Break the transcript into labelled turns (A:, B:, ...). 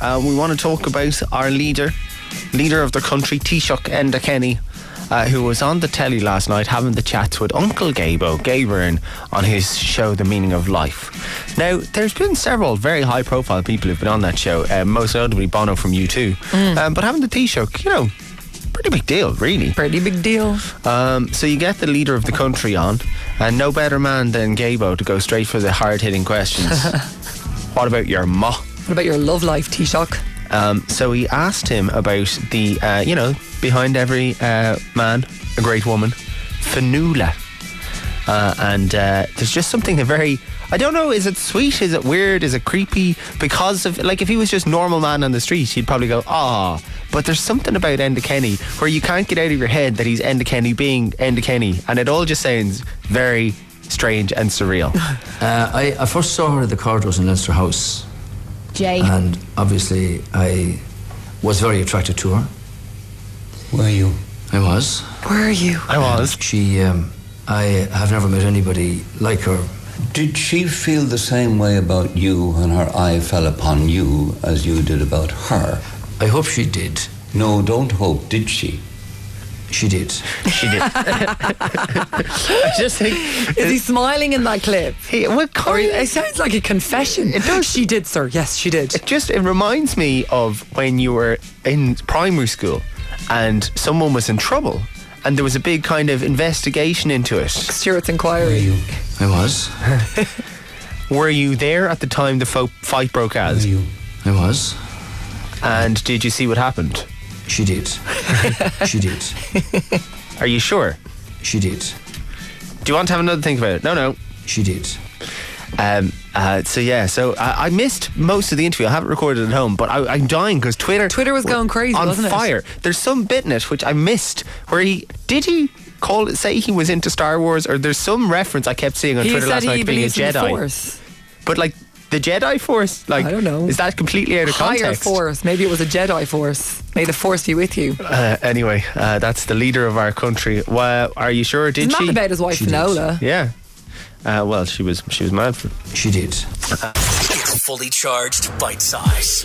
A: Uh, we want to talk about our leader, leader of the country, Taoiseach Enda Kenny. Uh, who was on the telly last night having the chats with Uncle Gabo, Gayburn, on his show, The Meaning of Life. Now, there's been several very high profile people who've been on that show, uh, most notably Bono from U2. Um, but having the Taoiseach, you know, pretty big deal, really.
B: Pretty big deal.
A: Um, so you get the leader of the country on, and no better man than Gabo to go straight for the hard hitting questions. what about your ma?
B: What about your love life, Taoiseach?
A: Um, so he asked him about the, uh, you know, behind every uh, man, a great woman, fanula. Uh, and uh, there's just something that very, I don't know, is it sweet? Is it weird? Is it creepy? Because of, like, if he was just normal man on the street, he'd probably go, ah. But there's something about Enda Kenny where you can't get out of your head that he's Enda Kenny being Enda Kenny. And it all just sounds very strange and surreal.
C: Uh, I, I first saw her in the corridors in Leinster House,
D: Jay.
C: and obviously I was very attracted to her.
E: Were you?
C: I was.
B: Where are you?
A: I was.
C: She, um, I have never met anybody like her.
E: Did she feel the same way about you when her eye fell upon you as you did about her?
C: I hope she did.
E: No, don't hope, did she?
C: She did.
A: She did. I just think.
B: Is he smiling in that clip?
A: He, what
B: Or
A: kind
B: it, it sounds like a confession. It does. She did, sir. Yes, she did.
A: It just it reminds me of when you were in primary school and someone was in trouble and there was a big kind of investigation into it.
B: Stuart's inquiry.
E: you?
C: I was.
A: Were you there at the time the fo- fight broke out?
E: you?
C: I was.
A: And did you see what happened?
C: She did. she did.
A: Are you sure?
C: She did.
A: Do you want to have another think about it? No, no.
C: She did.
A: Um, uh, so yeah, so I, I missed most of the interview. I haven't recorded at home, but I, I'm dying because Twitter
B: Twitter was going crazy,
A: on
B: wasn't it?
A: fire. There's some bit in it which I missed where he did he call it say he was into Star Wars or there's some reference I kept seeing on
B: He
A: Twitter
B: said
A: last night
B: he
A: to being a
B: believes in the
A: Jedi,
B: force.
A: but like the Jedi Force, like
B: I don't know.
A: is that completely out of
B: Higher
A: context?
B: force. Maybe it was a Jedi force. May the force be with you.
A: Uh, anyway, uh, that's the leader of our country. Well, are you sure? Did
B: He's
A: she?
B: mad about his wife,
C: she did.
B: Nola.
A: yeah. Uh, well, she was she was mad for
C: She did.
F: It's fully charged bite size.